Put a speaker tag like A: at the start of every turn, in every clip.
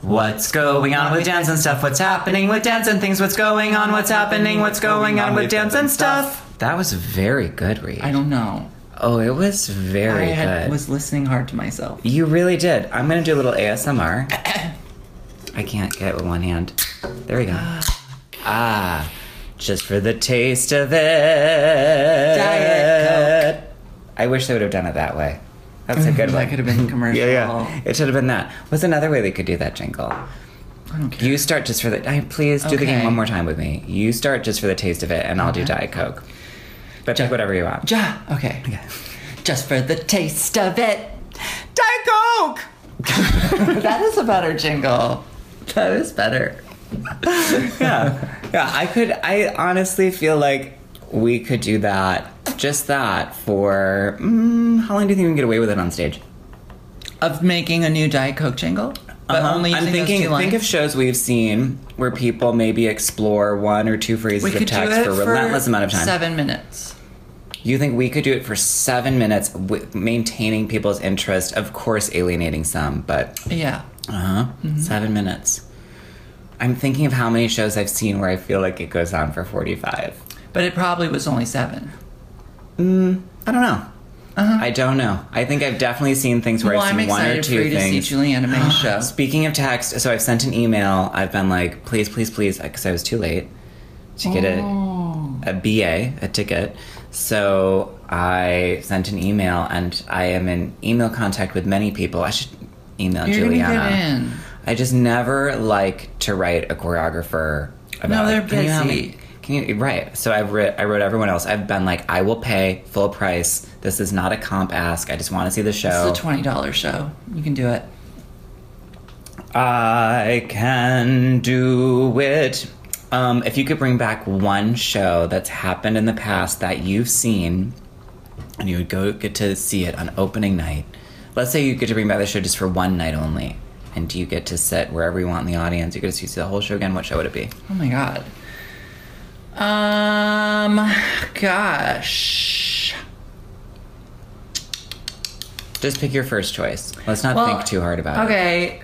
A: What's going on with dance and stuff? What's happening with dance and things? What's going on? What's happening? What's going on with dance and stuff? That was very good, Reed.
B: I don't know.
A: Oh, it was very
B: I had,
A: good.
B: was listening hard to myself.
A: You really did. I'm gonna do a little ASMR. I can't get it with one hand. There we go. Ah, just for the taste of it.
B: Diet Mm-hmm.
A: I wish they would have done it that way. That's a good
B: that
A: one.
B: could have been commercial.
A: yeah, yeah. It should have been that. What's another way they could do that jingle?
B: I don't care.
A: You start just for the. I, please do the game
B: Okay.
A: one more time with me. You start just for the taste of it, and I'll do Diet Coke. But pick whatever you want.
B: Ja. Okay.
A: Okay.
B: Just for the taste of it. Diet Coke. that is a better jingle. That is better.
A: yeah, yeah. I could. I honestly feel like we could do that, just that, for mm, how long do you think we can get away with it on stage?
B: Of making a new Diet Coke jingle, but
A: Uh-huh.
B: only
A: I'm
B: using those
A: thinking.
B: two lines.
A: Think of shows we've seen where people maybe explore one or two phrases
B: we
A: of
B: could do
A: text
B: it
A: for a relentless amount of time.
B: Seven minutes.
A: You think we could do it for seven minutes, w- maintaining people's interest? Of course, alienating some, but
B: Yeah.
A: uh huh,
B: Mm-hmm.
A: seven minutes. I'm thinking of how many shows I've seen where I feel like it goes on for 45.
B: But it probably was only seven.
A: I don't know. I don't know. I think I've definitely seen things where
B: Uh-huh. well,
A: I've
B: I'm
A: seen one or
B: excited for
A: two
B: you to
A: things.
B: see Juliana May's show.
A: Speaking of text, so I've sent an email. I've been like, please, please, please, because I was too late to get
B: Oh.
A: a, a BA, a ticket. So I sent an email, and I am in email contact with many people. I should email
B: You're gonna
A: Juliana.
B: get in.
A: I just never like to write a choreographer about.
B: No, they're
A: like, Can you help
B: busy.
A: me? Can you right? So I've writ, I wrote everyone else. I've been like, I will pay full price. This is not a comp ask. I just want to see the show.
B: It's a twenty dollar show. You can do it.
A: I can do it. Um, if you could bring back one show that's happened in the past that you've seen, and you would go get to see it on opening night. Let's say you get to bring back the show just for one night only, and you get to sit wherever you want in the audience. You get to see the whole show again. What show would it be?
B: Oh my god. Um, gosh.
A: Just pick your first choice. Let's not
B: Well,
A: think too hard about it.
B: Okay.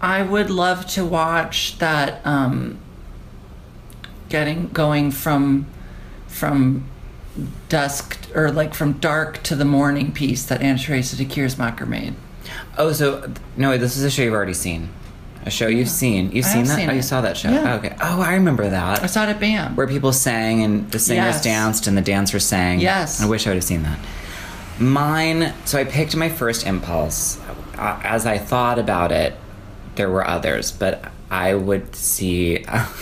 B: I would love to watch that. Um, getting going from from dusk or like from dark to the morning piece that Anna Teresa de Kiersmacher made.
A: Oh, so no, wait, this is a show you've already seen. A show you've seen. You've
B: I
A: seen
B: have
A: that.
B: seen
A: oh, you
B: it.
A: saw that show.
B: Yeah.
A: Oh, okay. Oh, I remember that.
B: I saw it at BAM.
A: where people sang and the singers
B: Yes.
A: danced and the dancers sang.
B: Yes.
A: I wish I would have seen that. Mine, so I picked my first impulse. Uh, As I thought about it, there were others, but I would see
B: oh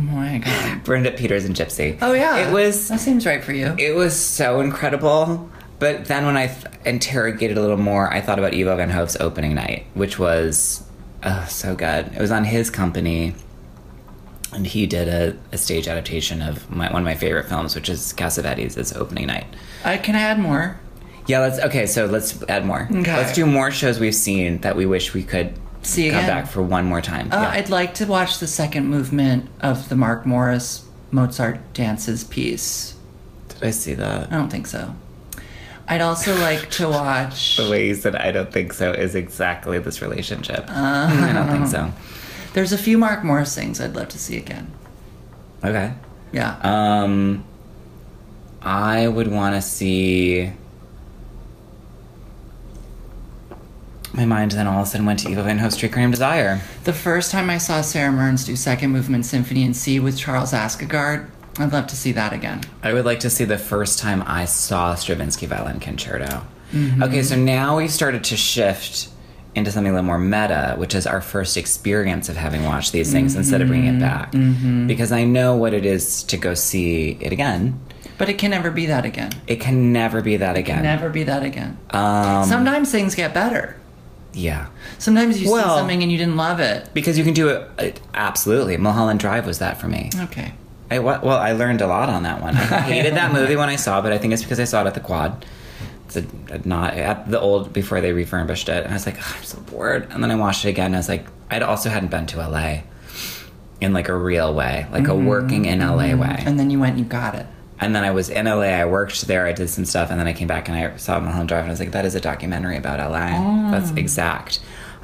B: my god.
A: Brenda Peters and Gypsy.
B: Oh yeah.
A: It was
B: that seems right for you.
A: it was so incredible. But then when I th- interrogated a little more, I thought about Evo Van Hove's opening night, which was oh, so good. It was on his company, and he did a, a stage adaptation of my, one of my favorite films, which is Cassavetes. It's opening night.
B: I can add more.
A: Yeah, let's okay. So let's add more.
B: Okay.
A: Let's do more shows we've seen that we wish we could
B: See
A: come
B: again.
A: back for one more time.
B: Uh,
A: Yeah.
B: I'd like to watch the second movement of the Mark Morris Mozart dances piece.
A: did I see that?
B: I don't think so. I'd also like to watch.
A: The way you said I don't think so is exactly this relationship.
B: Uh-huh.
A: I don't think so.
B: There's a few Mark Morris things I'd love to see again.
A: Okay.
B: Yeah.
A: Um, I would want to see. My mind then all of a sudden went to Eva Van Hove Street Cream Desire.
B: the first time I saw Sarah Mearns do Second Movement Symphony in C with Charles Askegaard, I'd love to see that again.
A: I would like to see the first time I saw Stravinsky Violin Concerto. Okay, so now we've started to shift into something a little more meta, which is our first experience of having watched these things instead of bringing it back. Because I know what it is to go see it again.
B: But it can never be that again.
A: It can never be that again.
B: Never be that again.
A: Um,
B: Sometimes things get better.
A: yeah.
B: Sometimes you
A: Well-
B: see something and you didn't love it.
A: Because you can do it, it absolutely. Mulholland Drive was that for me.
B: Okay.
A: I, wa- well, I learned a lot on that one. I hated that movie when I saw, it, but I think it's because I saw it at the Quad. It's a, a not at the old before they refurbished it, and I was like, "Ugh, I'm so bored. And then I watched it again. and I was like, I'd also hadn't been to LA in like a real way, like a working in LA way.
B: And then you went and you got it.
A: And then I was in LA. I worked there. I did some stuff, and then I came back and Oh. I saw Mulholland Drive, and I was like, "That is a documentary about LA. That's exact."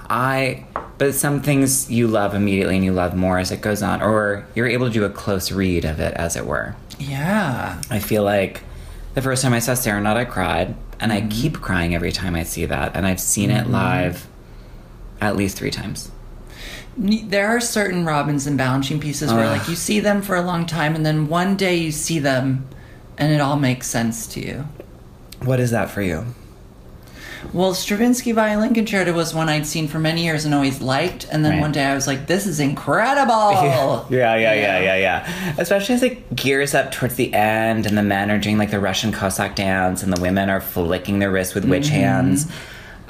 A: I, But some things you love immediately and you love more as it goes on, or you're able to do a close read of it, as it were.
B: Yeah.
A: I feel like the first time I saw Serenade, I cried, and I keep crying every time I see that. And I've seen it live at least three times.
B: Ne- There are certain Robbins and Balanchine pieces where,
A: Ugh.
B: like, you see them for a long time, and then one day you see them, and it all makes sense to you.
A: What is that for you?
B: Well, Stravinsky Violin Concerto was one I'd seen for many years and always liked, and then
A: Right.
B: one day I was like, "This is incredible!"
A: Yeah, yeah, yeah, yeah, yeah. Especially as it gears up towards the end, and the men are doing like the Russian Cossack dance, and the women are flicking their wrists with witch hands.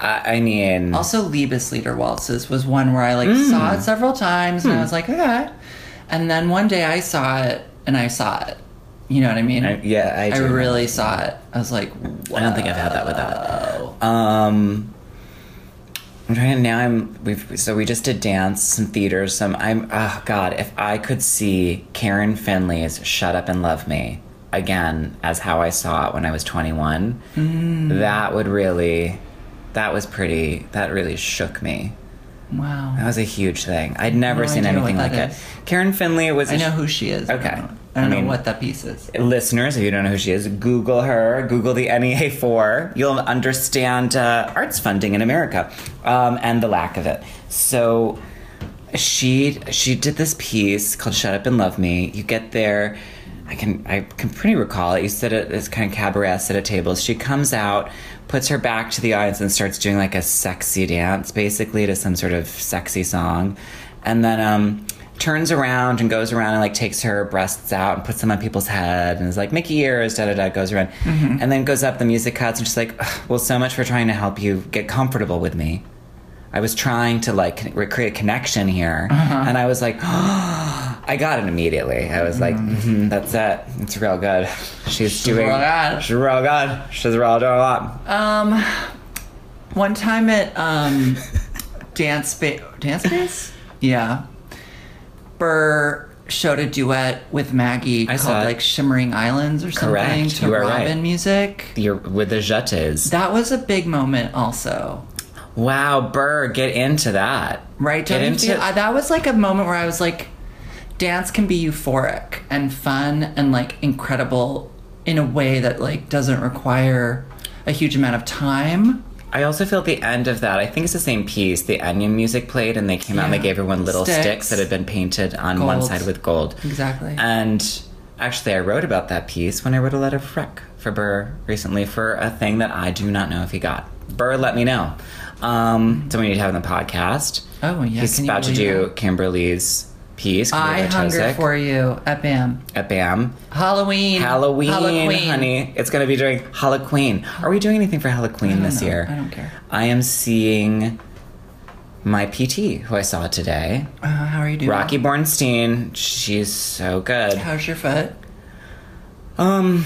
A: I, I mean,
B: Also, Liebeslieder waltzes was one where I like
A: Mm.
B: saw it several times,
A: Hmm.
B: and I was like, "Okay," and then one day I saw it, and I saw it. You know what I mean?
A: I- yeah, I,
B: I
A: do.
B: really saw it. I was like,
A: I don't think I've had that with that. Um, I'm trying now. I'm we've so we just did dance, some theater, some. I'm oh god, if I could see Karen Finley's "Shut Up and Love Me" again as how I saw it when I was 21,
B: Mm.
A: that would really, that was pretty. That really shook me. That
B: wow.
A: was a huge thing. I'd never
B: No
A: seen
B: idea what
A: anything like
B: that
A: it.
B: is.
A: Karen Finley was.
B: I
A: a
B: know who she is.
A: Okay.
B: I don't know, I don't
A: I
B: know
A: mean-
B: what that piece is.
A: listeners, if you don't know who she is, Google her. Google the NEA4. You'll understand uh, arts funding in America um, and the lack of it. So she she did this piece called "Shut Up and Love Me." You get there. I can I can pretty recall it. You sit at this kind of cabaret, sit at tables. She comes out, puts her back to the audience, and starts doing like a sexy dance, basically to some sort of sexy song, and then um, turns around and goes around and like takes her breasts out and puts them on people's head and is like Mickey ears, da da da, goes around,
B: Mm-hmm.
A: and then goes up. The music cuts, and she's like, "Ugh, "Well, so much for trying to help you get comfortable with me." I was trying to like con- re- create a connection here,
B: Uh-huh.
A: and I was like, I got it immediately. I was like, "Mhm, that's it. It's real good. She's doing.
B: Mm. real good.
A: She's real good. She's real doing a lot.
B: Um, one time at um, dance space, dance space, yeah, Burr showed a duet with Maggie
A: I
B: called
A: saw it.
B: like "Shimmering Islands" or
A: Correct.
B: something to
A: You are
B: Robin
A: right.
B: music.
A: You're with the jetes.
B: That was a big moment, also.
A: Wow, Burr, get into that.
B: Right?
A: Get
B: Don't you
A: into-
B: feel, I, that was like a moment where I was like, dance can be euphoric and fun and like incredible in a way that like doesn't require a huge amount of time.
A: I also feel at the end of that. I think it's the same piece. The onion music played, and they came out and they
B: Yeah.
A: gave everyone little sticks,
B: Sticks.
A: that had been painted on one
B: Gold.
A: side with gold.
B: Exactly.
A: Uh, And actually, I wrote about that piece when I wrote a letter for Freck for Burr recently for a thing that I do not know if he got. Burr, let me know. Um, so we need to have on the podcast.
B: Oh, yeah,
A: He's
B: can you
A: about to
B: believe
A: do Kimberly's piece.
B: I
A: Kimberly
B: hunger
A: Wojtosik,
B: for you at BAM.
A: at BAM.
B: Halloween.
A: Halloween,
B: Halloween.
A: honey. It's going to be during Halloween. Are we doing anything for Halloween this
B: know.
A: year?
B: I don't care.
A: I am seeing my PT, who I saw today,
B: Uh, how are you doing?
A: Rocky Bornstein. She's so good.
B: How's your foot?
A: Um,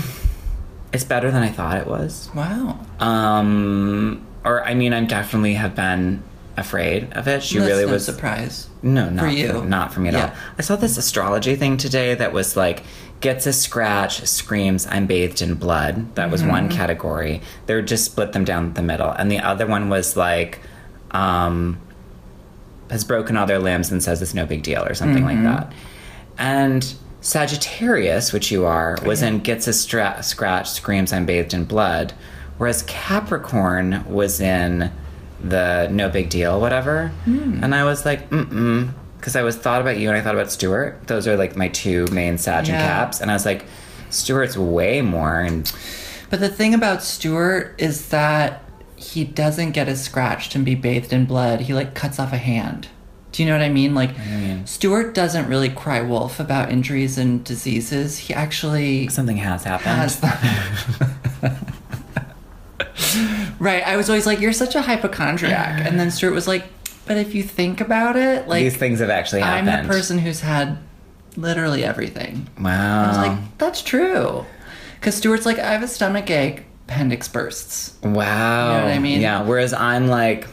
A: it's better than I thought it was.
B: Wow.
A: Um, or I mean, I definitely have been afraid of it. She
B: That's
A: really
B: no
A: was.
B: surprise.
A: No, not
B: for you.
A: not for me at
B: Yeah.
A: all. I saw this astrology thing today that was like gets a scratch, screams, "I'm bathed in blood." That was one
B: Mm-hmm.
A: category. They would just split them down the middle, and the other one was like, um, has broken all their limbs and says it's no big deal or something
B: Mm-hmm.
A: like that. And Sagittarius, which you are, was in gets a stra- scratch, screams, "I'm bathed in blood," whereas Capricorn was in the no big deal, whatever.
B: Hmm.
A: And I was like, mm mm. Because I was thought about you and I thought about Stuart. Those are like my two main Sag and
B: Yeah.
A: Caps. And I was like, Stuart's way more. And
B: But the thing about Stuart is that he doesn't get as scratched and be bathed in blood. He like cuts off a hand. Do you know what I mean? Like Stuart doesn't really cry wolf about injuries and diseases. He actually
A: something has happened.
B: has them. right. I was always like, You're such a hypochondriac. And then Stuart was like, But if you think about it, like
A: These things have actually
B: I'm
A: happened.
B: the person who's had literally everything.
A: Wow.
B: I was like, that's true. Because Stuart's like, I have a stomach ache, appendix bursts.
A: Wow.
B: You know what I mean?
A: Yeah. Whereas I'm like,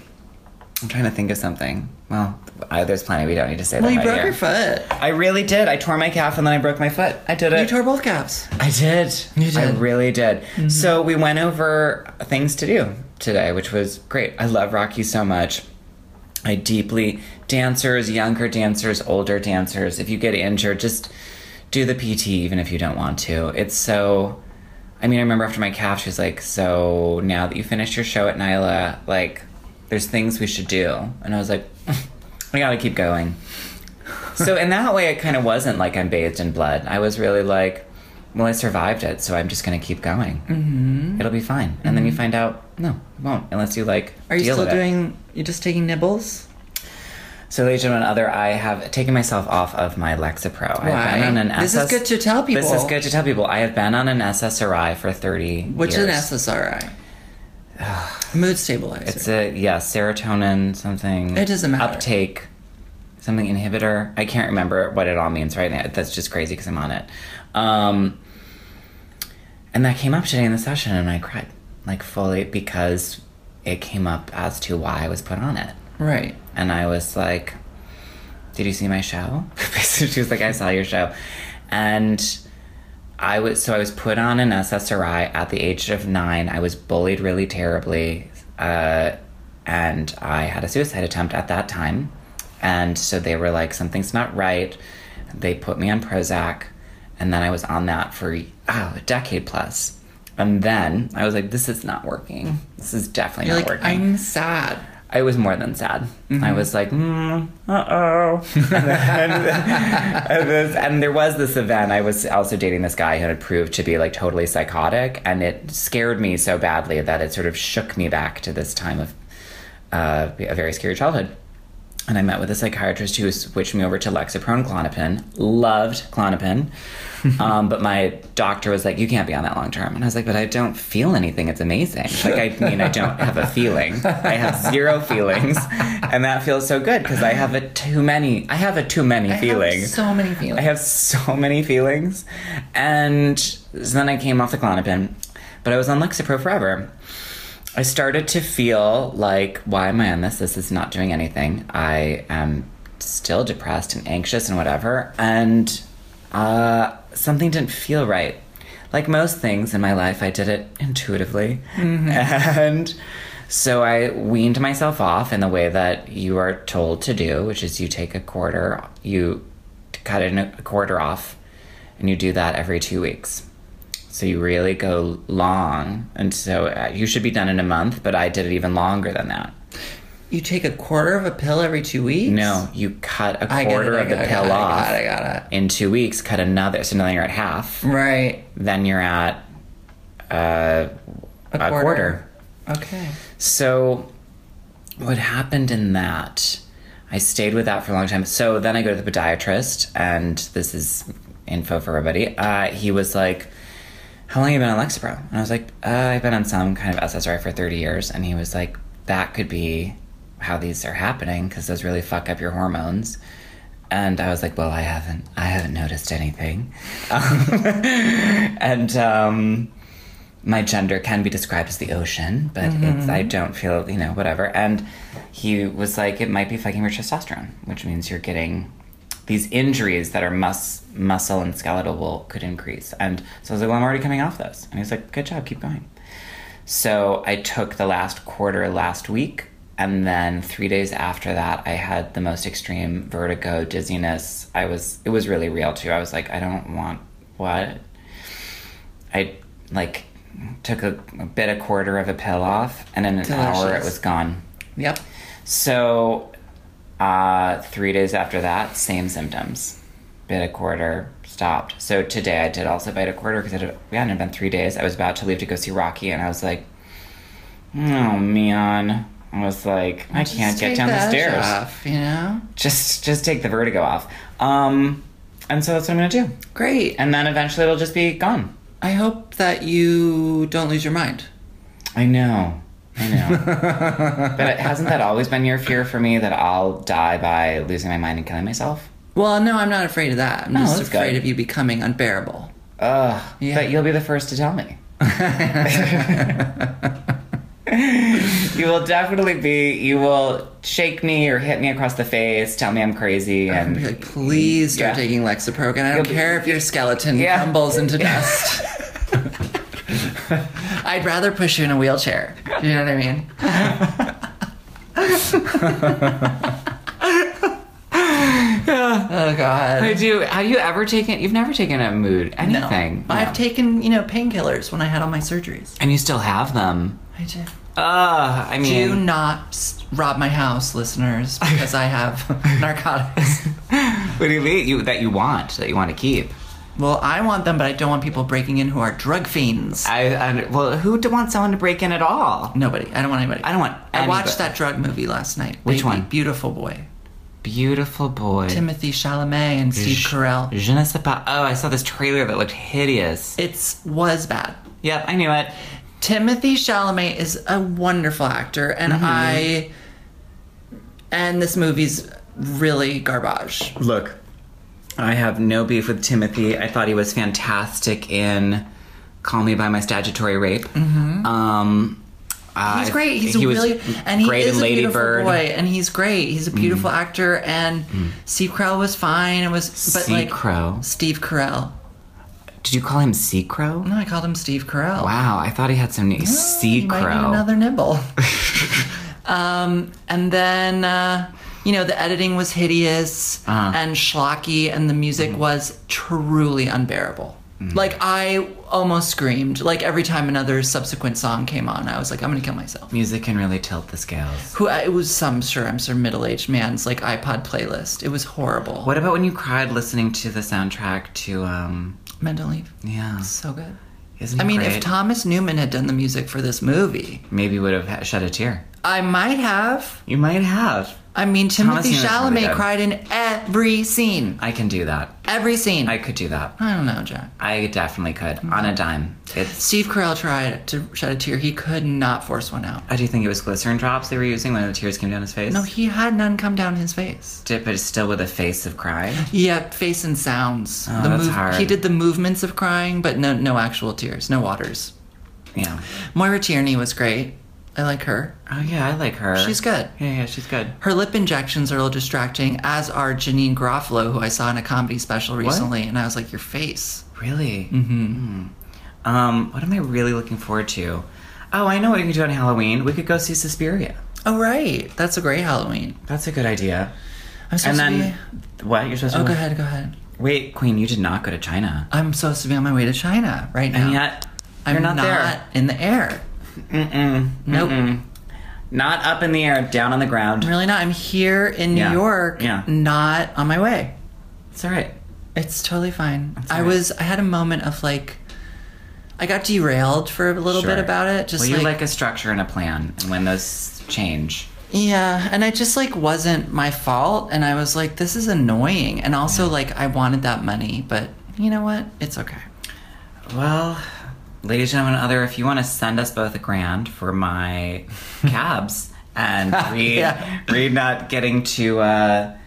A: I'm trying to think of something. Well, I, there's plenty. We don't need to say
B: Well,
A: that.
B: you
A: right
B: broke
A: here.
B: your foot.
A: I really did. I tore my calf and then I broke my foot. I did it.
B: You tore both calves.
A: I did.
B: You did. Mm-hmm.
A: I really did. So we went over things to do today, which was great. I love Rocky so much. I deeply dancers, younger dancers, older dancers. If you get injured, just do the PT even if you don't want to. It's so I mean, I remember after my calf, she was like, "So now that you finished your show at Nyla, like, there's things we should do," and I was like, "I gotta keep going." so in that way, it kind of wasn't like I'm bathed in blood. I was really like, "Well, I survived it, so I'm just gonna keep going. Mm-hmm. It'll be fine." And then you find out, no, it won't, unless you like.
B: Are you
A: deal
B: still
A: with it.
B: doing? You just taking nibbles?
A: So, ladies and gentlemen, other, I have taken myself off of my Lexapro. I've
B: Why?
A: been on an
B: This is
A: SS
B: good to tell people.
A: This is good to tell people. I have been on an SSRI for thirty.
B: Which
A: years.
B: is an SSRI? Mood stabilizer.
A: It's a yeah, serotonin something.
B: It doesn't matter.
A: Uptake, something inhibitor. I can't remember what it all means right now. That's just crazy because I'm on it. Um, and that came up today in the session, and I cried like fully because it came up as to why I was put on it,
B: right.
A: and I was like, "Did you see my show?" Basically, she was like, "I saw your show," and. I was so I was put on an SSRI at the age of nine. I was bullied really terribly, uh, and I had a suicide attempt at that time. And so they were like, "Something's not right." They put me on Prozac, and then I was on that for oh, a decade plus. And then I was like, "This is not working. This is definitely
B: You're
A: not
B: like
A: working."
B: I'm sad.
A: I was more than sad. I was like, mm, uh oh. and, then- and this- and there was this event. I was also dating this guy who had proved to be like totally psychotic, and it scared me so badly that it sort of shook me back to this time of uh, a very scary childhood. And I met with a psychiatrist who switched me over to Lexapro Clonopin. Loved Clonopin. um, but my doctor was like, you can't be on that long term. And I was like, but I don't feel anything. It's amazing. Like, I mean, I don't have a feeling. I have zero feelings. And that feels so good because I have a too many, I have a too many
B: I have
A: feeling.
B: so many feelings.
A: I have so many feelings. And so then I came off the Clonopin, but I was on Lexapro forever. I started to feel like, why am I on this? This is not doing anything. I am still depressed and anxious and whatever. And uh, something didn't feel right. Like most things in my life, I did it intuitively. And so I weaned myself off in the way that you are told to do, which is you take a quarter, you cut in a quarter off, and you do that every two weeks. So you really go long. And so uh, you should be done in a month, but I did it even longer than that.
B: you take a quarter of a pill every two weeks.
A: No, you cut a
B: I get it,
A: quarter
B: I
A: of the
B: got it, I
A: pill
B: got it,
A: off
B: I got it, I got
A: in two weeks, cut another. So now you're at half.
B: it. Right.
A: Then you're at uh, a, quarter.
B: Okay.
A: So what happened in that? I stayed with that for a long time. So then I go to the podiatrist, and this is info for everybody. Uh, he was like, how long have you been on Lexapro? And I was like, uh, I've been on some kind of SSRI for 30 years. And he was like, that could be how these are happening because those really fuck up your hormones. And I was like, well, I haven't, I haven't noticed anything. Um, and um, my gender can be described as the ocean, but it's, I don't feel, you know, whatever. And he was like, it might be fucking your testosterone, which means you're getting these injuries that are mus- muscle and skeletal will, could increase. And so I was like, well, I'm already coming off those. And he's like, good job, keep going. So I took the last quarter last week. And then three days after that, I had the most extreme vertigo, dizziness. I was, it was really real too. I was like, I don't want what? I like took a, a bit a quarter of a pill off, and in an hour it
B: Delicious.
A: was gone.
B: Yep.
A: So, uh, three days after that, same symptoms. Bit a quarter, stopped. So today I did also bite a quarter because it had, yeah, it had been three days. I was about to leave to go see Rocky, and I was like, "Oh man," I was like, "I
B: Just
A: can't get
B: take
A: down the
B: edge
A: stairs."
B: Off, you know.
A: Just, just take the vertigo off. Um, and so that's what I'm gonna do.
B: Great.
A: And then eventually it'll just be gone.
B: I hope that you don't lose your mind.
A: I know. I know. but it, hasn't that always been your fear for me that I'll die by losing my mind and killing myself?
B: Well, no, I'm not afraid of that. I'm just
A: Oh, that's
B: afraid
A: good.
B: of you becoming unbearable.
A: Ugh.
B: Yeah.
A: But you'll be the first to tell me. you will definitely be, you will shake me or hit me across the face, tell me I'm crazy,
B: I'd be
A: and
B: like, please start
A: Yeah.
B: taking Lexapro, and I don't
A: You'll-
B: care if your skeleton
A: Yeah.
B: crumbles into dust. I'd rather push you in a wheelchair. You know what I mean? Oh God.
A: I do. Have you ever taken? You've never taken a mood
B: No.
A: anything.
B: I've
A: No.
B: taken, you know, painkillers when I had all my surgeries.
A: and you still have them.
B: I do.
A: Ah, I mean,
B: Do not s- rob my house, listeners, because I have narcotics.
A: what do you mean? You that you want that you want to keep?
B: Well, I want them, but I don't want people breaking in who are drug fiends.
A: I, I well, who do wants someone to break in at all?
B: Nobody. I don't want anybody.
A: I don't want.
B: I watched
A: anybody.
B: that drug movie last night.
A: Which
B: Baby
A: one?
B: Beautiful Boy.
A: beautiful boy.
B: Timothy Chalamet and Steve
A: Je-
B: Carell.
A: Je ne sais pas. Oh, I saw this trailer that looked hideous.
B: It's was bad.
A: Yep, I knew it.
B: Timothy Chalamet is a wonderful actor, and
A: Mm-hmm.
B: I and this movie's really garbage.
A: Look, I have no beef with Timothy. I thought he was fantastic in "Call Me by My Statutory Rape." Mm-hmm. Um,
B: He's
A: I-
B: great. He's
A: he
B: a
A: was
B: really and he
A: great
B: is
A: in
B: a
A: Lady
B: beautiful
A: Bird. Mm.
B: boy, and he's great. He's a beautiful actor, and Steve Carell was fine. It was but
A: Sea
B: like
A: Crow.
B: Steve Carell.
A: Did you call him Sea Crow?
B: No, I called him Steve Carell. Ah,
A: Wow, I thought he had some new Sea
B: You might need
A: Crow.
B: another nibble. um, and then, uh, you know, the editing was hideous
A: Uh-huh. Mm.
B: and schlocky, and the music was truly unbearable. Like, I almost screamed. Like, every time another subsequent song came on, I was like, I'm going to kill myself.
A: Music can really tilt the scales.
B: Who uh, It was some, sure, I'm sure, middle aged man's like iPod playlist. It was horrible.
A: What about when you cried listening to the soundtrack to um
B: Mental leave.
A: yeah.
B: So good.
A: Isn't
B: I mean,
A: great?
B: if Thomas Newman had done the music for this movie,
A: maybe would have ha- shed a tear.
B: I might have.
A: You might have.
B: I mean, Timothy
A: Newman's really
B: Chalamet
A: good.
B: cried in every scene.
A: I can do that.
B: Every scene.
A: I
B: I,
A: could do that.
B: don't know, Jack.
A: I definitely could
B: Mm.
A: on a dime. It's
B: Steve Carell tried to shed a tear. He could not force one out.
A: I do think it was glycerin drops they were using when the tears came down his face.
B: No, he had none come down his face.
A: did, but still with a face of crying.
B: Yeah, face and sounds.
A: Oh,
B: the
A: that's hard.
B: He did the movements of crying, but no, no actual tears, no waters.
A: Yeah.
B: Moira Tierney was great. I like her.
A: Oh yeah, I like her.
B: She's good.
A: Yeah, yeah, she's good.
B: Her lip injections are a little distracting, as are Janine Garofalo, who I saw in a comedy special recently, and I was like, "Your face."
A: Really? Mm-hmm. Um, what am I really looking forward to? Oh, I know what we can do on Halloween. We could go see Suspiria.
B: Oh right, that's a great Halloween.
A: That's a good idea.
B: I'm
A: And
B: supposed
A: then
B: to
A: what? You're supposed to
B: be. Oh, go ahead, go ahead.
A: Wait, Queen, you did not go to China.
B: I'm supposed to be on my way to China right now.
A: And yet
B: I'm
A: you're not, there.
B: in the air.
A: Mm-mm.
B: Nope.
A: Mm-mm. Not up in the air, down on the
B: I'm
A: ground.
B: really not. I'm here in New
A: Yeah.
B: York,
A: Yeah.
B: not on my way.
A: It's all right.
B: It's totally fine. I
A: all right.
B: was, I had a moment of like, I got derailed for a little bit
A: Sure.
B: about it. Just
A: well, you
B: like,
A: like a structure and a plan, and when those change,
B: yeah. And I just like wasn't my fault. And I was like, this is annoying. And also, like, I wanted that money, but you know what? It's okay.
A: Uh, well, ladies and gentlemen, other, if you want to send us both a grand for my cabs and read,
B: Yeah.
A: read not getting to uh,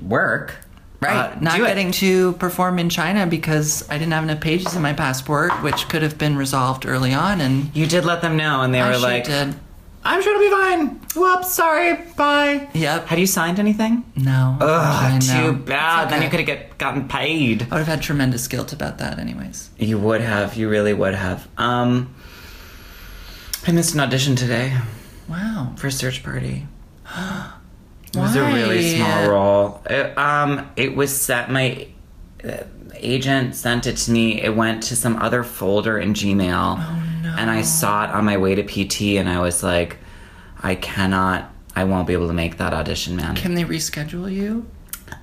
A: work,
B: Right.
A: uh,
B: Not
A: do it.
B: getting to perform in China because I didn't have enough pages in my passport, which could have been resolved early on. And
A: You did let them know, and they
B: I
A: were
B: sure
A: like,
B: did.
A: "I'm sure it'll be fine." Whoops, sorry, bye.
B: Yep.
A: Had you signed anything?
B: No.
A: Ugh,
B: unfortunately, no.
A: too bad.
B: It's
A: Then
B: okay.
A: you could have get, gotten paid.
B: I would have had tremendous guilt about that, anyways.
A: You would have. You really would have. Um, I missed an audition today
B: Wow.
A: for a search party. It was a really
B: Why?
A: small role. It, um, it was set. My uh, agent sent it to me. It went to some other folder in Gmail,
B: Oh,
A: and I saw it on my way to PT, and I was like, I cannot. I won't be able to make that audition, man.
B: Can they reschedule you?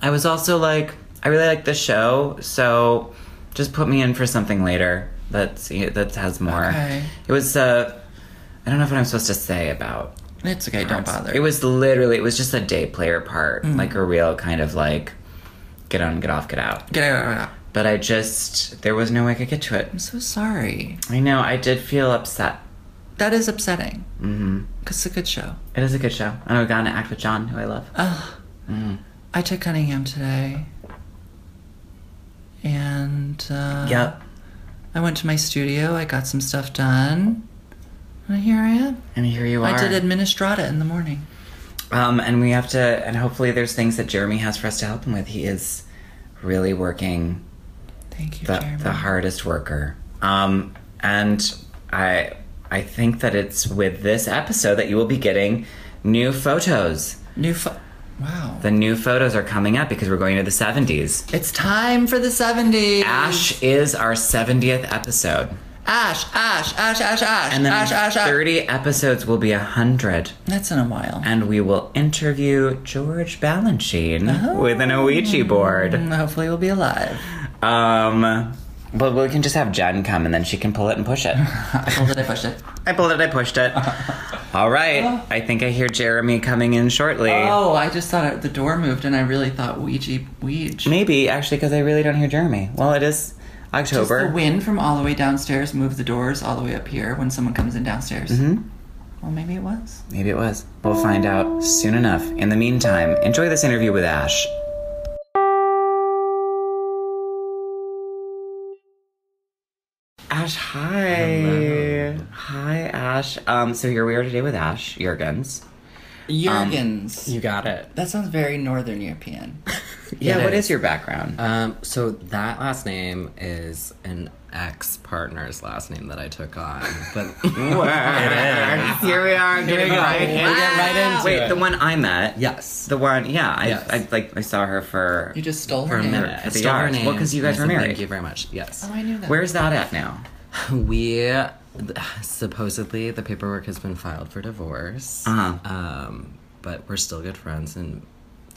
A: I was also like, I really like the show, so just put me in for something later that's that has more.
B: Okay.
A: It was uh, I don't know what I'm supposed to say about.
B: It's okay. Don't bother. Mm.
A: It was literally it was just a day player part, like a real kind of like get on, get off, get out.
B: Get out, out, out.
A: But I just there was no way I could get to it.
B: I'm so sorry.
A: I know I did feel upset.
B: That is upsetting. Mm-hmm. Cause it's a good show.
A: It is a good show, and I got to act with John, who I love. Mm-hmm.
B: I took Cunningham today, and uh,
A: Yep,
B: I went to my studio. I got some stuff done, and here I am.
A: and here you are.
B: I did administrata in the morning.
A: Um, and we have to, and hopefully there's things that Jeremy has for us to help him with. He is really working
B: Thank you,
A: the,
B: Jeremy.
A: the hardest worker. Um, and I, I think that it's with this episode that you will be getting new photos.
B: New pho- Wow.
A: The new photos are coming up because we're going to the 70s.
B: it's time for the 70s.
A: Ash is our 70th episode.
B: Ash, Ash, Ash, Ash, Ash.
A: And then
B: Ash, Ash, Ash.
A: 30 episodes will be 100.
B: That's in a while.
A: And we will interview George Balanchine
B: Oh.
A: with an Ouija board.
B: And Mm, hopefully we'll be alive.
A: Um, but we can just have Jen come and then she can pull it and push it.
B: I pulled it, I pushed it.
A: I pulled it, I pushed it. All right. I think I hear Jeremy coming in shortly.
B: Oh, I just thought it, the door moved and I really thought Ouija, Ouija.
A: Maybe, actually, because I really don't hear Jeremy. Well, it is
B: Does the
A: October.
B: wind from all the way downstairs move the doors all the way up here when someone comes in downstairs? Mm-hmm. Well, maybe it was.
A: Maybe it was. We'll find out soon enough. In the meantime, enjoy this interview with Ash. Ash, hi. Hi, Ash. Um, so here we are today with Ash Jurgens.
B: Jurgens.
C: You got it.
B: that sounds very Northern European.
A: Yeah,
C: It
A: what
C: is.
A: is your background?
C: Um, so that last name is an ex partner's last name that I took on, but
A: Here we are getting
C: go.
A: right,
C: We'll get right into
A: Wait,
C: it.
A: the one I met.
C: yes,
A: The one, yeah. I,
C: Yes.
A: I like I saw her for.
B: You just stole
C: for
B: her
C: a
B: name.
C: minute,
A: For
C: I
A: the
C: stole her
A: yards.
C: name.
A: Well, 'cause you guys
C: and I
A: were
C: said,
A: married.
C: Thank you very much. Yes,
B: Oh, I knew that.
A: Where's that at now?
C: we supposedly the paperwork has been filed for divorce,
A: Uh-huh.
C: um, but we're still good friends and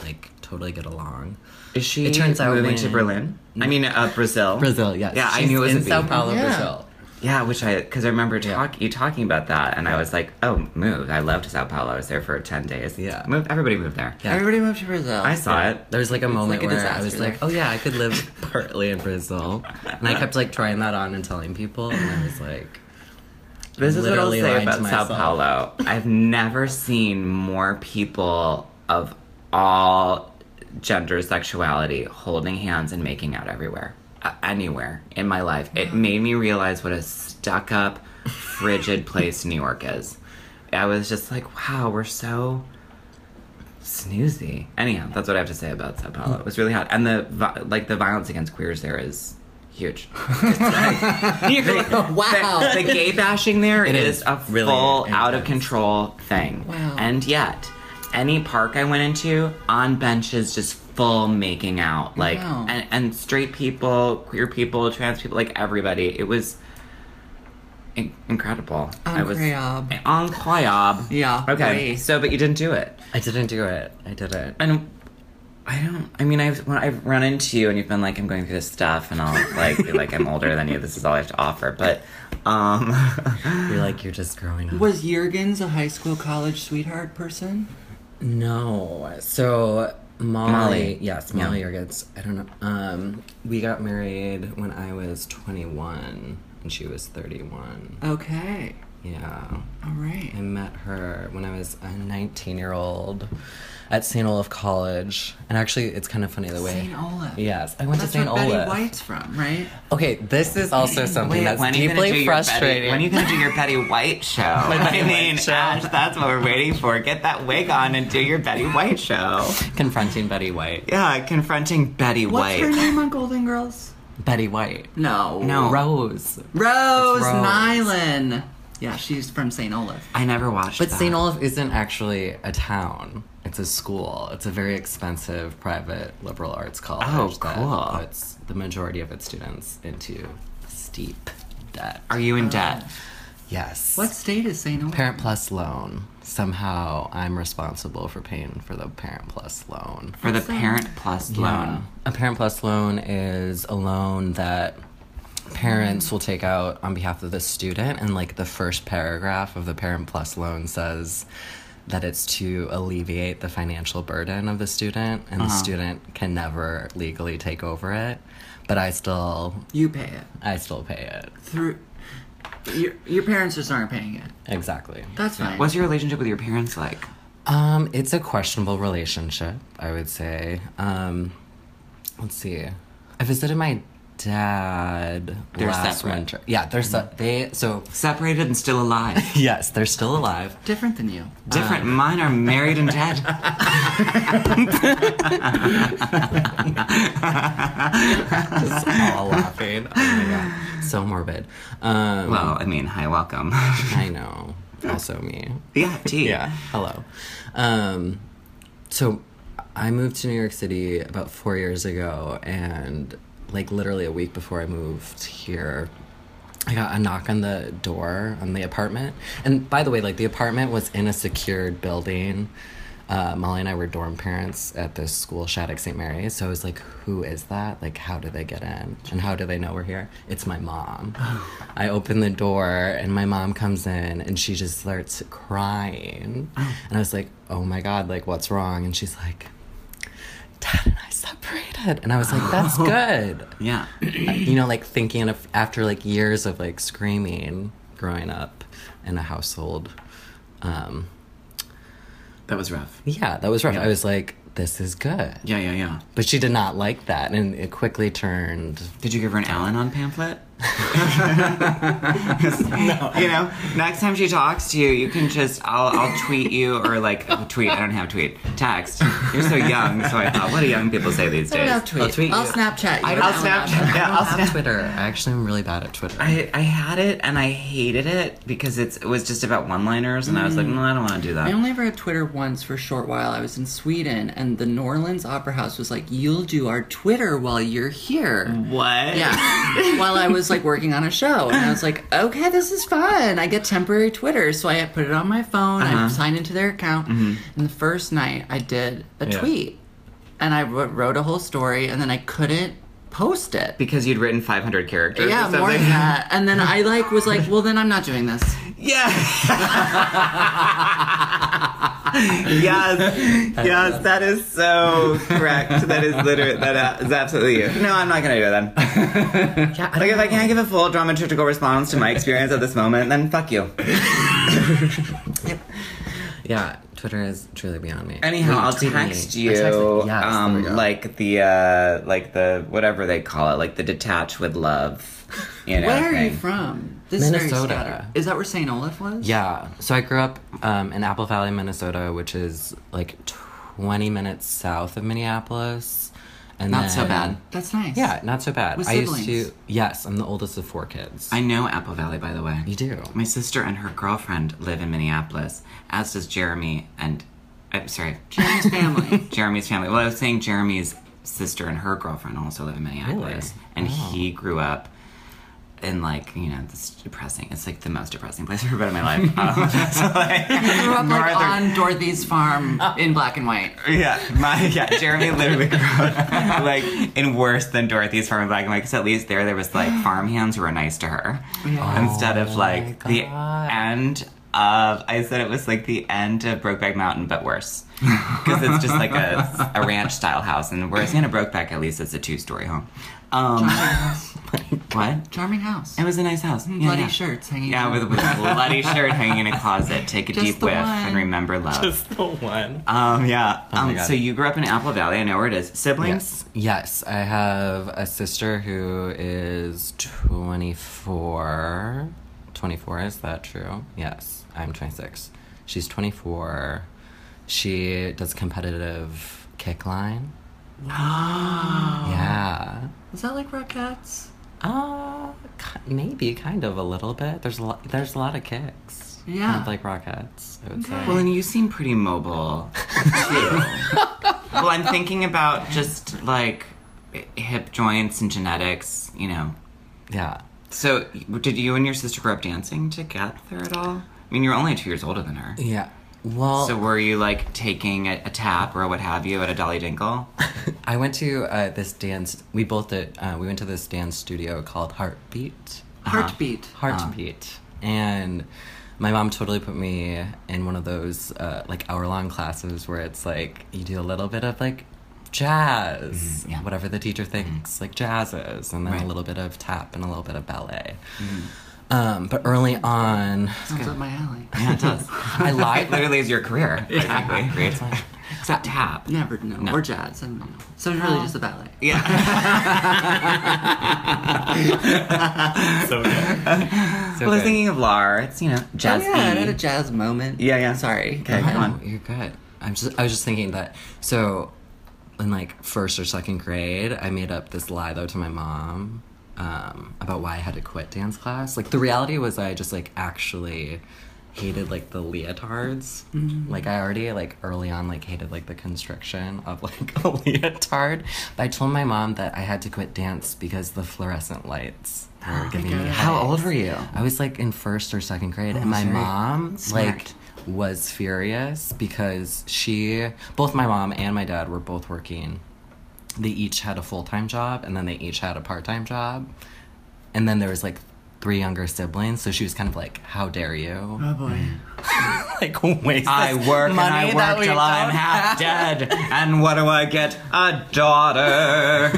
C: like totally get along.
A: Is she
C: It turns out
A: moving to
C: when-
A: Berlin? I mean, uh, Brazil.
C: Brazil, yes.
A: Yeah, I
C: She's
A: knew it was
C: in
A: a
C: Sao
A: bee.
C: Paulo,
B: Yeah.
C: Brazil.
A: Yeah, which I because I remember talk, you talking about that, and I was like, "Oh, move! I loved Sao Paulo. I was there for ten days.
C: Yeah.
A: move. Everybody moved there.
C: Yeah.
B: Everybody moved to Brazil.
A: I saw it.
C: There was like a moment
B: like a
C: where I was
B: disaster
C: like, oh yeah, I could live partly in Brazil. And I kept like trying that on and telling people, and I was like,
A: This is what I'll
C: literally
A: say
C: lied
A: about
C: to
A: Sao
C: myself.
A: Paulo. I've never seen more people of all gender sexuality holding hands and making out everywhere, uh, anywhere in my life. It made me realize what a stuck up, frigid place New York is. I was just like, wow, we're so snoozy. Anyhow, that's what I have to say about Sao Paulo. It was really hot, and the vi- like the violence against queers there is huge. It's like-
C: Wow.
A: the, the gay bashing there is
C: is
A: a
C: really
A: full
C: intense.
A: out of control thing.
B: Wow.
A: And yet, any park I went into on benches just full making out, like
B: Wow.
A: and, and straight people, queer people, trans people, like everybody. It was. in- Incredible! I was
B: Incroyable.
A: on Incroyable.
B: Yeah,
A: Okay.
B: oui.
A: So, but you didn't do it.
C: I didn't do it. I did it.
A: And I don't. I mean, I've when I've run into you, and you've been like, "I'm going through this stuff," and I'll like, be like, "I'm older than you. This is all I have to offer." But, um,
C: You're like, you're just growing up.
B: Was Jurgens a high school, college sweetheart person?
C: No. So Molly,
A: Molly.
C: yes, Molly Jurgens. I don't know. Um, we got married when I was 21 and she was 31.
B: Okay.
C: Yeah.
B: All right.
C: I met her when I was a 19 year old at St. Olaf College. And actually, it's kind of funny the way.
B: St. Olaf.
C: Yes, I went
B: That's
C: to St.
B: where Betty
C: Olaf.
B: White's from, right?
C: Okay, this is also something
A: Wait,
C: that's
A: when are you gonna do
C: deeply
A: your Betty-
C: frustrating.
A: when are you going to do your Betty White show? I
C: Betty White
A: mean,
C: show.
A: Ash, that's what we're waiting for. Get that wig on and do your Betty White show.
C: confronting Betty White.
A: Yeah, confronting Betty
B: What's
A: White.
B: her name on Golden Girls?
C: Betty White.
B: No.
A: No.
C: Rose.
B: Rose,
C: It's Rose.
B: Nyland. Yeah, she's from St. Olaf.
A: I never watched.
C: But
A: that.
C: St. Olaf isn't actually a town. It's a school. It's a very expensive private liberal arts college
A: Oh, cool.
C: that puts the majority of its students into steep debt.
A: Are you in debt?
C: Yes.
B: What state is St. Olaf?
C: Parent Plus loan. Somehow I'm responsible for paying for the Parent Plus loan.
A: For the
B: What's that?
A: Parent Plus loan.
C: A parent plus loan is a loan that parents will take out on behalf of the student, and like the first paragraph of the parent plus loan says that it's to alleviate the financial burden of the student, and the student can never legally take over it. But I still,
B: You pay it
C: I still pay it.
B: through. Your, your parents just aren't paying it.
C: Exactly.
B: That's fine.
A: What's your relationship with your parents like?
C: Um, it's a questionable relationship, I would say. Um, let's see. I visited my dad
A: They're
C: last
A: separate. Mm-hmm.
C: winter. Yeah, they're se- they so
A: Separated and still alive.
C: yes, they're still alive. Um,
B: Different than you.
A: Different. Mine are married and dead.
C: Just all laughing. Oh my god, so morbid. Um,
A: well, I mean, hi, welcome.
C: I know. Also me.
A: yeah, tea.
C: Hello. Um, so I moved to New York City about four years ago, and like literally a week before I moved here, I got a knock on the door on the apartment. And by the way, like the apartment was in a secured building. Uh, Molly and I were dorm parents at this school, Shattuck St. Mary's. So I was like, who is that? Like, how do they get in? And how do they know we're here? It's my mom. I open the door and my mom comes in and she just starts crying. And I was like, oh my God, like, what's wrong? And she's like, Dad and I separated. And I was like, that's good
A: Yeah.
C: you know, like thinking of after like years of like screaming growing up in a household. Um,
A: That was rough.
C: yeah, that was rough.
A: Yeah.
C: I was like, this is good.
A: Yeah, yeah, yeah.
C: But she did not like that, and it quickly turned.
A: Did you give her an Alan on pamphlet? no. You know, next time she talks to you, you can just, I'll, I'll tweet you or like, tweet, I don't have tweet, text. You're so young, so I thought, what do young people say these
B: I don't
A: days?
B: have tweet.
A: I'll tweet you.
B: Snapchat you.
A: I- I'll Snapchat. Yeah, I'll
C: I
A: Snapchat.
C: have Twitter. I actually am really bad at Twitter.
A: I, I had it and I hated it because it's, it was just about one liners and I was like, Mm. no, I don't want to do
B: I
A: that.
B: only ever had Twitter once for a short while. I was in Sweden, and the New Orleans Opera House was like, "You'll do our Twitter while you're here."
A: What?
B: Yeah, while I was like working on a show, and I was like, "Okay, this is fun. I get temporary Twitter." So I put it on my phone. I signed into their account, and the first night I did a
A: Yeah.
B: tweet, and I wrote wrote a whole story, and then I couldn't post it.
A: Because you'd written 500 characters.
B: yeah,
A: or
B: more
A: something.
B: than that. And then I like was like, "Well, then I'm not doing this."
A: Yeah. yes. Yes, that is so correct. That is literate. That uh, is absolutely you. No, I'm not going to do it then.
C: yeah,
A: Like, if I can't give a full dramaturgical response to my experience at this moment, then fuck you.
C: yeah, Twitter is truly beyond me.
A: Anyhow, I'll
C: Retweet me.
A: text
C: I
A: you,
C: me. Yes, there
A: um,
C: we go.
A: like the, uh, like the, whatever they call it, like the detach with love. You know,
B: Where are you
A: thing.
B: from? This is very
C: Minnesota.
B: scattered. Is that where St. Olaf was?
C: Yeah. So I grew up um, in Apple Valley, Minnesota, which is like 20 minutes south of Minneapolis. And
B: Not so
C: then-
B: bad. That's nice.
C: Yeah, not so bad.
B: With
C: I used
B: siblings.
C: to. Yes, I'm the oldest of four kids.
A: I know Apple Valley, by the way.
C: you do.
A: My sister and her girlfriend live in Minneapolis, as does Jeremy and I'm sorry,
B: His family.
A: Jeremy's family. Well, I was saying Jeremy's sister and her girlfriend also live in Minneapolis,
C: Really?
A: and he grew up in like you know this depressing. It's like the most depressing place I've ever been in my life. Um, so, like,
B: grew up like,
A: Martha-
B: on Dorothy's farm in black and white.
A: yeah, my yeah. Jeremy literally grew up like in worse than Dorothy's farm and black and white. Because at least there, there was like farmhands who were nice to her instead
B: Oh
A: of like the
C: God.
A: end of. I said it was like the end of Brokeback Mountain, but worse because it's just like a, a ranch style house. And whereas in a Brokeback, at least it's a two story home.
C: Oh
A: Um, what?
B: Charming house.
A: It was a nice house. Yeah,
B: bloody
A: yeah.
B: shirts hanging.
A: Yeah,
B: down.
A: with, with a bloody shirt hanging in a closet. Take a
B: Just
A: deep
B: the
A: whiff and
B: one.
A: remember love.
C: the one.
A: Um, yeah.
C: Oh, my
A: um,
C: God.
A: so you grew up in Apple Valley. I know where it is. Siblings?
C: Yes. Yes, I have a sister who is 24. 24, is that true? Yes, I'm 26. She's 24. She does competitive kick line. Yeah.
B: Is that like Rockettes?
C: Uh, ki- maybe kind of a little bit. There's a lot. There's a lot of kicks.
B: Yeah.
C: Kind of like rockets. I would say.
A: Well, and you seem pretty mobile, too. Uh-huh. well, I'm thinking about just like hip joints and genetics, you know.
C: yeah.
A: So did you and your sister grow up dancing together at all? I mean, you're only two years older than her.
C: Yeah. Well,
A: So were you like taking a, a tap or what have you at a Dolly Dinkle?
C: I went to uh, this dance. We both did. Uh, we went to this dance studio called Heartbeat.
B: Heartbeat.
C: Heartbeat.
A: Ah.
C: And my mom totally put me in one of those uh, like hour long classes where it's like you do a little bit of like jazz,
A: Mm-hmm, yeah. Mm-hmm.
C: whatever the teacher thinks like jazz is, and then
A: Right.
C: a little bit of tap and a little bit of ballet. Um, but early on,
B: Sounds up my alley.
A: Yeah, it does.
C: I lied.
A: Literally is your career, basically. Right? Except tap.
D: Never know. Or jazz. I don't know. So it's really just a ballet.
A: Uh-huh. Yeah.
E: So good.
A: well, I was thinking of Lar. It's you know
D: Oh,
A: jazz.
D: yeah, I had a jazz moment.
A: Yeah, yeah.
D: Sorry. Go
A: Okay, come
D: ahead.
A: on.
C: You're good. I'm just I was just thinking that so in like first or second grade, I made up this lie though to my mom um, about why I had to quit dance class. Like the reality was I just like actually hated like the leotards.
D: Mm-hmm.
C: Like I already like early on like hated like the constriction of like a leotard. But I told my mom that I had to quit dance because the fluorescent lights were giving me
D: Oh How old were you?
C: I was like in first or second grade, and my
D: very
C: mom like
D: smart.
C: was furious because she, both my mom and my dad were both working. They each had a full time job, and then they each had a part time job, and then there was like three younger siblings. So she was kind of like, "How dare you?"
D: Oh boy.
C: like waste.
A: I
C: this
A: work and
C: money
A: I
C: that
A: work
C: we
A: till I'm
C: don't
A: half
C: have.
A: dead. And what do I get? A daughter.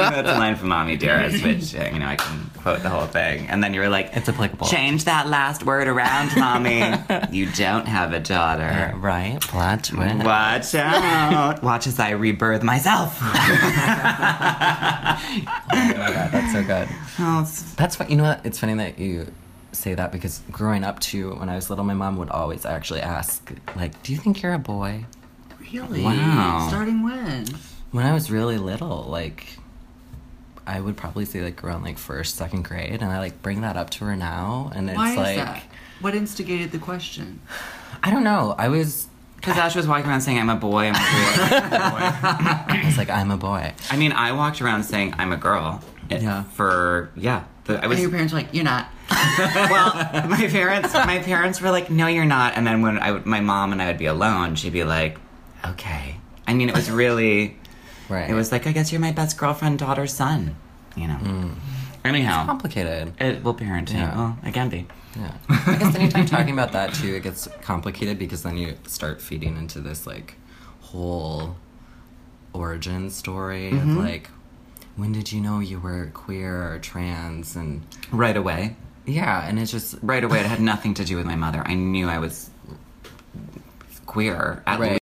A: That's a line from Mommy Dearest, which uh, you know I can quote the whole thing. And then you were like,
C: It's applicable.
A: Change that last word around, Mommy. you don't have a daughter.
C: Right, plot twist.
A: Watch out. Watch as I rebirth myself.
C: Oh my god, that's so good. That's fun. You know what? Oh, It's funny that you say that because growing up too, when I was little, my mom would always actually ask, like, "Do you think you're a boy?"
D: Really?
A: Wow.
D: Starting when?
C: When I was really little, like, I would probably say like around like first, second grade, and I like bring that up to her now, and it's
D: Why is
C: like,
D: that? What instigated the question?
C: I don't know. I was,
A: Because Ash was walking around saying, I'm a boy, I'm a boy.
C: I was like, I'm a boy.
A: I mean, I walked around saying, I'm a girl. It-
C: Yeah.
A: For, yeah. The- I was
D: And your parents were like, you're not.
A: well, my parents, my parents were like, "No, you're not." And then when I, would- my mom and I would be alone, she'd be like, "Okay." I mean, it was really,
C: Right.
A: it was like, "I guess you're my best girlfriend, daughter, son," you know. Anyhow,
C: complicated.
A: it, well, parenting,
C: Mm. Yeah.
A: well, it can be.
C: Yeah. I guess anytime talking about that too, it gets complicated because then you start feeding into this like whole origin story of like, when did you know you were queer or trans? And
A: Right away,
C: yeah, and it's just
A: right away, it had nothing to do with my mother. I knew I was queer at
C: Right.